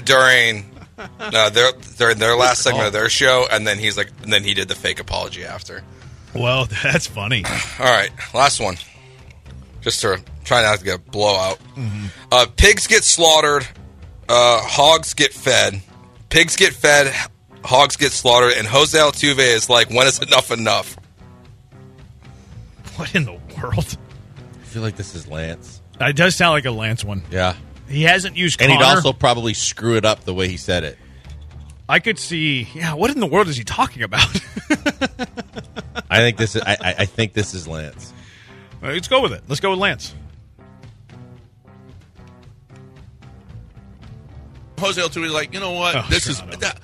during uh, their during their last segment of their show, and then he's like, and then he did the fake apology after. Well, that's funny. All right, last one. Just to try not to get a blowout. Mm-hmm. Uh, pigs get slaughtered, uh, hogs get fed. Pigs get fed, hogs get slaughtered, and Jose Altuve is like, when is enough enough? What in the world? I feel like this is Lance. That does sound like a Lance one. Yeah, He hasn't used and Connor. he'd also probably screw it up the way he said it. I could see. Yeah, what in the world is he talking about? (laughs) I think this is. I, I I think this is Lance. All right, Let's go with it. Let's go with Lance. Jose Altuve, like, you know what? Oh, this sure, is I know. that-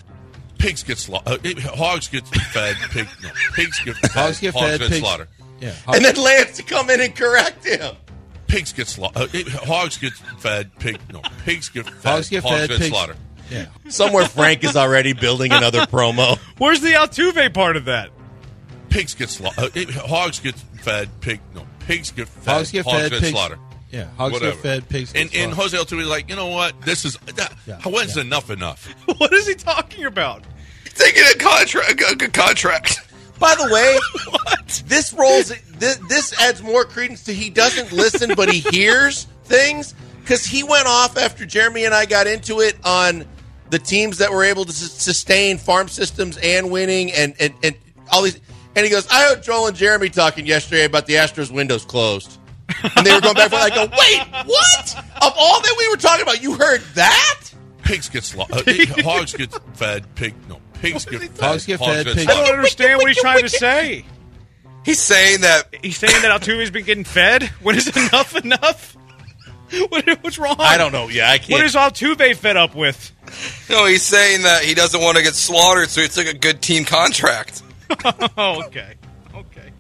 pigs get slaughtered. hogs get fed. Pig, no, pigs get fed. (laughs) Hogs get fed, Hogs get pigs- slaughtered. Yeah, and then Lance to come in and correct him. Pigs get slaughtered. hogs get fed. Pig, no, pigs get fed. Hogs get fed, pigs- slaughtered. Somewhere Frank is already building another promo. Where's the Altuve part of that? (laughs) pigs get slaughtered. hogs get fed. Pig no. Pigs get fed. Hogs get fed, pigs- slaughtered. yeah, hogs get fed, pigs get and, and slaughtered. Jose Altuve like you know what this is that, when's enough enough what is he talking about? Taking a contract, a good contract. By (laughs) the way, this rolls this, this adds more credence to he doesn't listen, but he hears things because he went off after Jeremy and I got into it on the teams that were able to sus- sustain farm systems and winning and and, and all these. And he goes, I heard Joel and Jeremy talking yesterday about the Astros windows closed. And they were going back and forth. I go, wait, what? Of all that we were talking about, you heard that? pigs get slaughtered (laughs) hogs get fed pig no pigs get fed Hogs get fed, pigs- I don't slaughtered. understand what he's trying to say. (laughs) He's saying that He's saying that Altuve's been getting fed. When is (laughs) enough enough? (laughs) What, what's wrong? I don't know. Yeah, I can't. What is Altuve fed up with? (laughs) No, he's saying that he doesn't want to get slaughtered, so he took a good team contract. (laughs) oh, okay. Okay.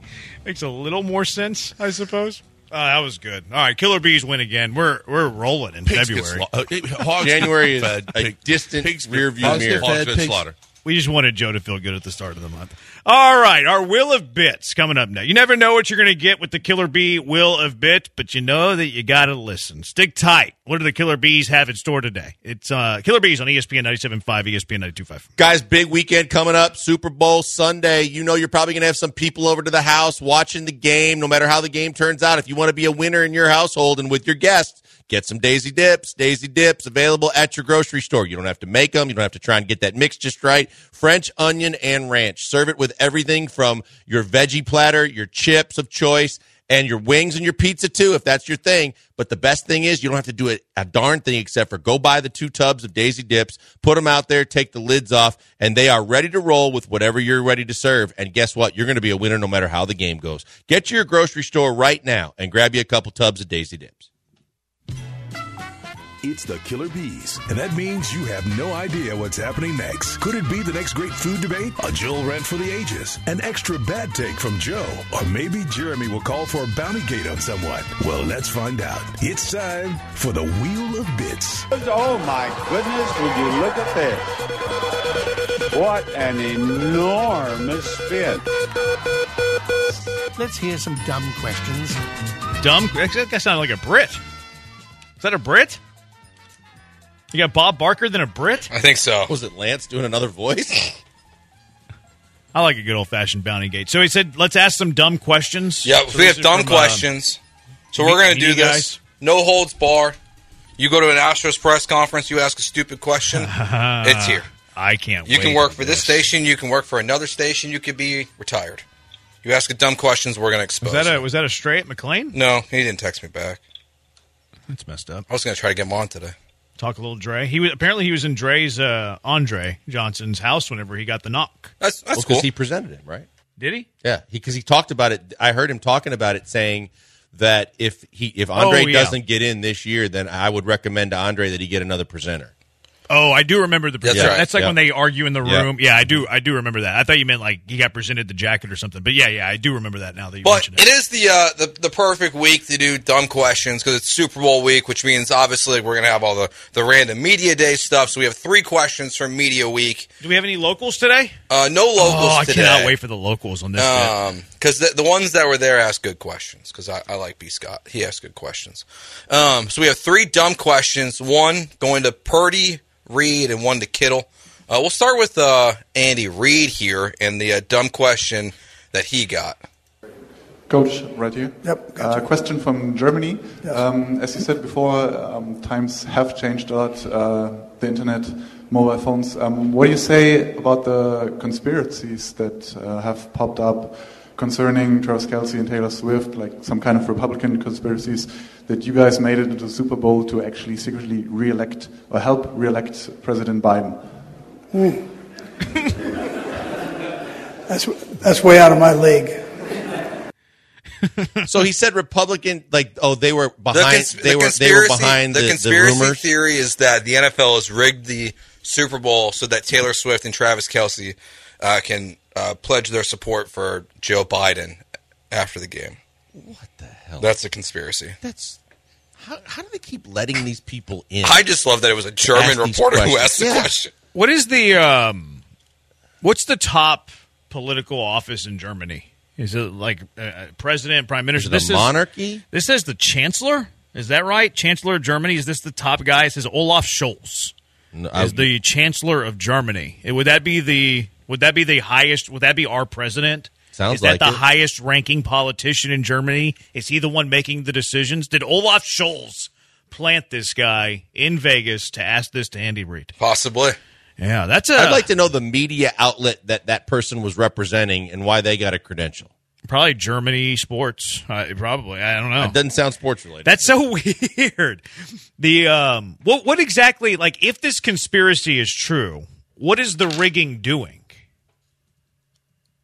Makes a little more sense, I suppose. Uh, that was good. All right, Killer Bees win again. We're we're rolling in Pigs get February. slaughtered. Hogs get January is fed, a pig- distant pigs get rearview fed, mirror. Hogs Fed, get pigs- slaughtered. We just wanted Joe to feel good at the start of the month. All right, our Will of Bits coming up now. You never know what you're going to get with the Killer Bee Will of Bits, but you know that you got to listen. Stick tight. What do the Killer Bees have in store today? It's uh, Killer Bees on ESPN 97.5, ESPN 92.5. Guys, big weekend coming up. Super Bowl Sunday. You know you're probably going to have some people over to the house watching the game, no matter how the game turns out. If you want to be a winner in your household and with your guests, get some Daisy Dips. Daisy Dips available at your grocery store. You don't have to make them. You don't have to try and get that mix just right. French onion and ranch. Serve it with everything from your veggie platter, your chips of choice, and your wings and your pizza too, if that's your thing. But the best thing is you don't have to do a, a darn thing except for go buy the two tubs of Daisy Dips, put them out there, take the lids off, and they are ready to roll with whatever you're ready to serve. And guess what? You're going to be a winner no matter how the game goes. Get to your grocery store right now and grab you a couple tubs of Daisy Dips. It's the Killer Bees, and that means you have no idea what's happening next. Could it be the next great food debate? A Jill rant for the ages? An extra bad take from Joe? Or maybe Jeremy will call for a bounty gate on someone? Well, let's find out. It's time for the Wheel of Bits. Oh my goodness, would you look at this? What an enormous spin. Let's hear some dumb questions. Dumb? That guy sounded like a Brit. Is that a Brit? You got Bob Barker than a Brit? I think so. Was it Lance doing another voice? I like a good old fashioned bounty gate. So he said, let's ask some dumb questions. Yeah, So we this have is dumb from, uh, questions. so we're going to media do this. guys. No holds bar. You go to an Astros press conference, you ask a (laughs) stupid question, it's here. I can't You wait. can work for this station, you can work for another station, you could be retired. You ask a dumb questions, we're going to expose. Was that, it. a, was that a stray at McLean? no, he didn't text me back. That's messed up. I was going to try to get him on today. Talk a little Dre. He was apparently he was in Dre's uh, Andre Johnson's house whenever he got the knock. That's, that's Well, 'cause cool. he presented him, right? Did he? Yeah, because he, talked about it. I heard him talking about it, saying that if he if Andre Oh, yeah. doesn't get in this year, then I would recommend to Andre that he get another presenter. Oh, I do remember the. That's That's, right. that's like Yeah. when they argue in the Yeah. room. Yeah. I do. I do remember that. I thought you meant like he got presented the jacket or something. But yeah, yeah, I do remember that now that you But mentioned it is the, uh, the the perfect week to do dumb questions because it's Super Bowl week, which means obviously we're gonna have all the, the random media day stuff. So we have three questions from media week. Do we have any locals today? Uh, no locals Oh, I today. Oh, cannot wait for the locals on this. bit. because the, the ones that were there asked good questions. Because I, I like B Scott, he asked good questions. Um, so we have three dumb questions. One going to Purdy, Reed, and one to Kittle. Uh, we'll start with uh, Andy Reed here and the uh, dumb question that he got. Coach, right here. Yep, Uh, question from Germany. Um, as you said before, um, times have changed a lot. Uh, the internet, mobile phones. Um, what do you say about the conspiracies that uh, have popped up concerning Travis Kelsey and Taylor Swift, like some kind of Republican conspiracies, that you guys made it into the Super Bowl to actually secretly re-elect or help re-elect President Biden? That's that's way out of my league. So he said Republican, like oh they were behind, cons- they were they were behind the, the conspiracy rumors. theory is that the NFL has rigged the Super Bowl so that Taylor Swift and Travis Kelsey uh, can uh, pledge their support for Joe Biden after the game. What the hell? That's a conspiracy. That's how, how do they keep letting these people in? I just love that it was a Ask German these reporter who questions. asked the Yeah. question. What is the um? What's the top political office in Germany? Is it like uh, president, prime minister? it a monarchy? This says the chancellor. Is that right? Chancellor of Germany. Is this the top guy? It says Olaf Scholz as I- the chancellor of Germany. And Would that be the? Would that be the highest? Would that be our president? Sounds Is that like the it. highest ranking politician in Germany? Is he the one making the decisions? Did Olaf Scholz plant this guy in Vegas to ask this to Andy Reid? Possibly. Yeah, that's a. i I'd like to know the media outlet that that person was representing and why they got a credential. Probably Germany sports. Uh, probably. I don't know. It doesn't sound sports related. That's so (laughs) weird. The um, what what exactly like if this conspiracy is true, what is the rigging doing?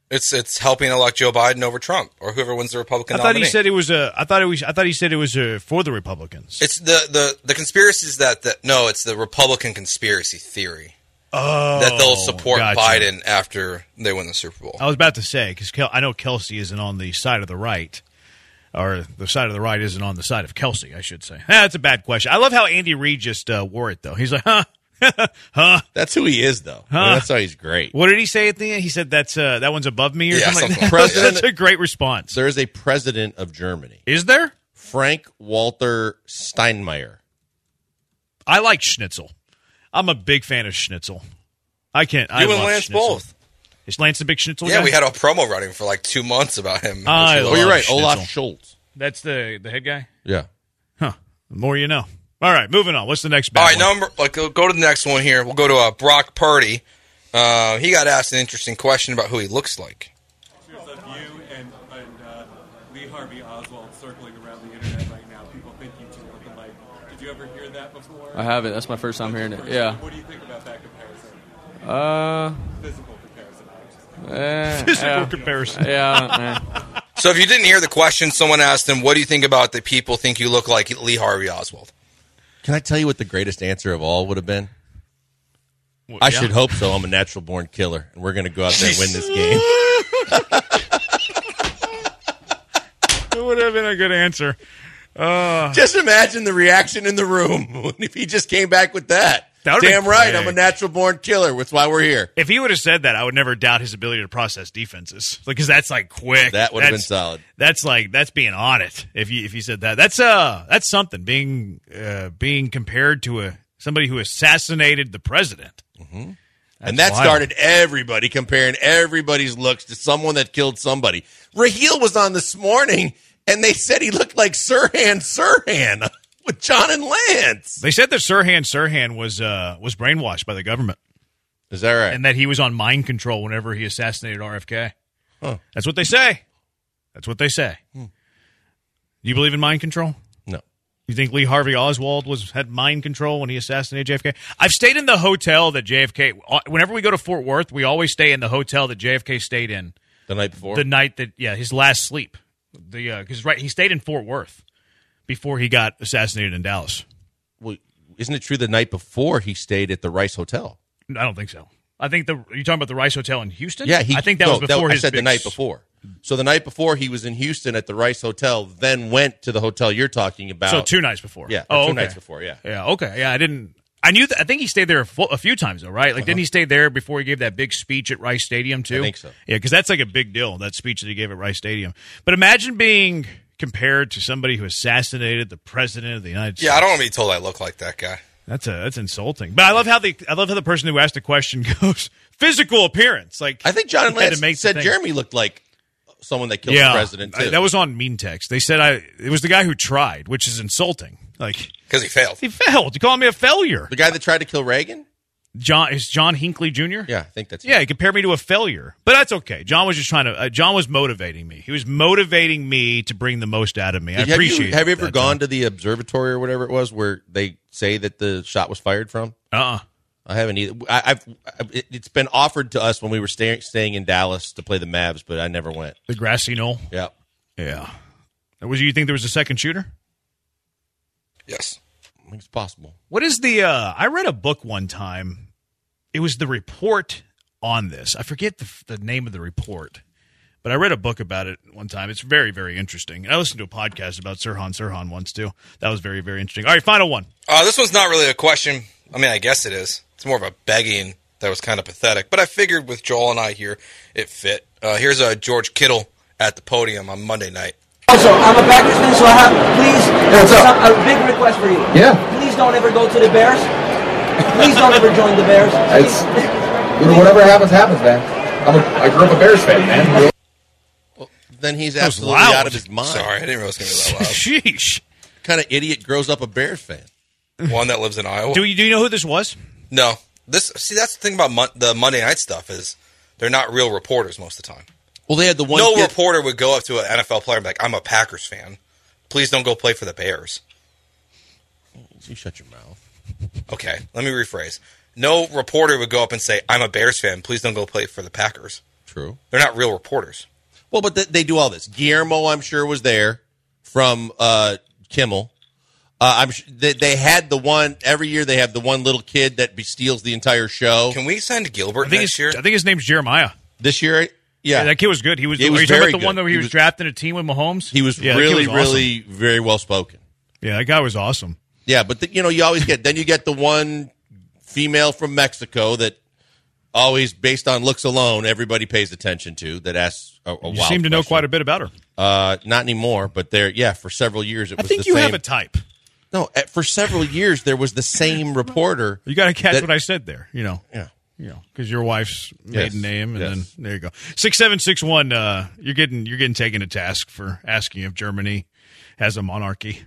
It's it's helping elect Joe Biden over Trump or whoever wins the Republican I thought he nominee. said it was a. I thought it was. I thought he said it was a, for the Republicans. it's the the the conspiracies that that no, it's the Republican conspiracy theory Oh, that they'll support gotcha. Oh, Biden after they win the Super Bowl. I was about to say because Kel- I know Kelsey isn't on the side of the right, or the side of the right isn't on the side of Kelsey. I should say (laughs) Ah, that's a bad question. I love how Andy Reid just uh, wore it though. He's like, huh, (laughs) huh. That's who he is, though. I mean, that's how he's great. What did he say at the end? He said that's uh, that one's above me or Yeah, something. Like something that. like that. that's a great response. There is a president of Germany. Is there? Frank Walter Steinmeier. I like Schnitzel. I'm a big fan of Schnitzel. I can't. I You and love Lance schnitzel. both. Is Lance a big Schnitzel? yeah, guy? we had a promo running for like two months about him. I Which Oh, love was- Schultz. That's the the head guy. Yeah. Huh. The more you know. All right, moving on. What's the next bad All right, one? number like go go to the next one here. We'll go to uh, Brock Purdy. Uh, he got asked an interesting question about who he looks like. pictures of you and, and uh, Lee Harvey Oswald circling around the internet right now. People think you two look alike. Did you ever hear that before? I haven't. That's my first time hearing it. First, Yeah. What do you think about that comparison? Uh. Physical comparison. eh, Physical yeah. comparison. (laughs) Yeah. eh. So if you didn't hear the question, someone asked him, "What do you think about that people think you look like Lee Harvey Oswald?" Can I tell you what the greatest answer of all would have been? Well, I yeah. should hope so. I'm a natural born killer, and we're going to go out there and win (laughs) this game. It would have been a good answer. Uh, Just imagine the reaction in the room (laughs) if he just came back with that. That would've Damn been right, great. I'm a natural born killer. That's why we're here. if he would have said that, I would never doubt his ability to process defenses. Like, because that's like quick. That would have been That's- solid. That's like that's being on it. If you if you said that, that's uh that's something. Being uh being compared to a somebody who assassinated the president. Mm-hmm. and that started everybody comparing everybody's looks to someone that killed somebody. Raheel was on this morning, and they said he looked like Sirhan Sirhan (laughs) with John and Lance. They said that Sirhan Sirhan was uh, was brainwashed by the government. Is that right? And that he was on mind control whenever he assassinated RFK. That's what they say. That's what they say. Hmm. You believe in mind control? No. You think Lee Harvey Oswald was had mind control when he assassinated JFK? I've stayed in the hotel that JFK. uh, Whenever we go to Fort Worth, we always stay in the hotel that JFK stayed in The night before? the night that yeah his last sleep. The because right he stayed in Fort Worth before he got assassinated in Dallas. well, isn't it true the night before he stayed at the Rice Hotel? I don't think so. I think the you talking about the Rice Hotel in Houston. Yeah, he, I think that no, was before his I said the big night before. So the night before he was in Houston at the Rice Hotel, then went to the hotel you're talking about. So two nights before. Yeah, Oh, two okay. nights before. Yeah. Yeah. Okay. Yeah. I didn't. I knew. That, I think he stayed there a, fu- a few times though, right? Like, didn't he stay there before he gave that big speech at Rice Stadium too? Uh-huh. I think so. Yeah, because that's like a big deal. That speech that he gave at Rice Stadium. But imagine being compared to somebody who assassinated the president of the United States. Yeah, I don't want to be told I look like that guy. That's a that's insulting. But I love how the I love how the person who asked the question (laughs) goes physical appearance. Like I think John and you had to Lance make the said thing. Jeremy looked like someone that killed the president I- too. that was on Mean Text. They said I it was the guy who tried, which is insulting. Like because he failed. He failed. You call me a failure? The guy that tried to kill Reagan. John is John Hinckley Jr. Yeah, I think that's yeah. He compared me to a failure, but that's okay. John was just trying to. Uh, John was motivating me. He was motivating me to bring the most out of me. I Have you- appreciate. Have you ever that, gone John. to the observatory or whatever it was where they say that the shot was fired from? Uh-uh. I haven't either. I, I've I- it, it's been offered to us when we were staying staying in Dallas to play the Mavs, but I never went. the grassy knoll? Yeah. Yeah. Was you think there was a second shooter? Yes. I think it's possible. What is the? Uh, I read a book one time. It was the report on this. I forget the, the name of the report, but I read a book about it one time. It's very, very interesting. And I listened to a podcast about Sirhan Sirhan once too. That was very, very interesting. All right, final one. Uh, this one's not really a question. I mean, I guess it is. It's more of a begging that was kind of pathetic. But I figured with Joel and I here, it fit. Uh, here's uh, George Kittle at the podium on Monday night. Also, I'm a Packers fan, so I have please some- a big request for you. Yeah. Please don't ever go to the Bears. Please don't ever join the Bears. It's you know, whatever happens, happens, man. I'm a, I grew up a Bears fan, man. Then he's That was absolutely loud. out of his mind. Sorry, I didn't realize it was Oh. going to be that loud. (laughs) Sheesh. kind of idiot grows up a Bears fan? One that lives in Iowa. Do you do you know who this was? No. This see that's the thing about mon- the Monday night stuff is they're not real reporters most of the time. Well, they had the one. no kid- reporter would go up to an NFL player and be like, "I'm a Packers fan. Please don't go play for the Bears." You shut your mouth. Okay, let me rephrase. No reporter would go up and say, "I'm a Bears fan. Please don't go play for the Packers." True. They're not real reporters. Well, but th- they do all this. Guillermo, I'm sure, was there from uh, Kimmel. Uh, I'm sh- they, they had the one every year. They have the one little kid that be- steals the entire show. Can we send Gilbert I think it's- I think his name's Jeremiah. This year, yeah, that kid was good. He was. He are was you talking very about the good. one that he, He was, was- drafting a team with Mahomes. He was Yeah, that kid really, was awesome. really, very well spoken. Yeah, that guy was awesome. Yeah, but the, you know, you always get then you get the one female from Mexico that always, based on looks alone, everybody pays attention to. That asks a, a You wild seem to know question. quite a bit about her. Uh, not anymore, but there, yeah, for several years it I was. think the you same. have a type. No, at, for several years (laughs) there was the same reporter. You got to catch that- what I said there. You know. Yeah. You know, because your wife's Yes, maiden name, and yes. then there you go. Six seven six one. Uh, you're getting you're getting taken to task for asking if Germany has a monarchy.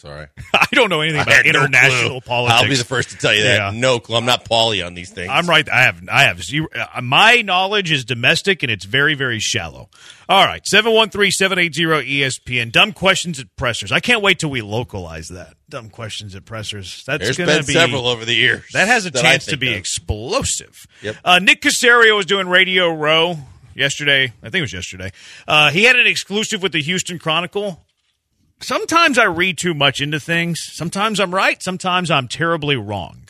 (laughs) Sorry, I don't know anything I about had no international clue. politics. I'll be the first to tell you that. Yeah. No clue. I'm not Paulie on these things. I'm right. I have I have zero. Uh, my knowledge is domestic and it's very very shallow. All right, seven one three seven eight zero E ESPN. Dumb questions at pressers. I can't wait till we localize that. Dumb questions at pressers. That's There's gonna been be several over the years That has a that I chance to think be of. explosive. Yep. Uh, Nick Casario was doing Radio Row yesterday. I think it was yesterday. Uh, he had an exclusive with the Houston Chronicle. Sometimes I read too much into things. Sometimes I'm right. Sometimes I'm terribly wrong.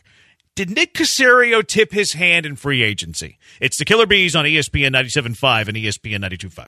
Did Nick E Casario tip his hand in free agency? It's the Killer Bees on ESPN 97.5 and E ESPN 92.5.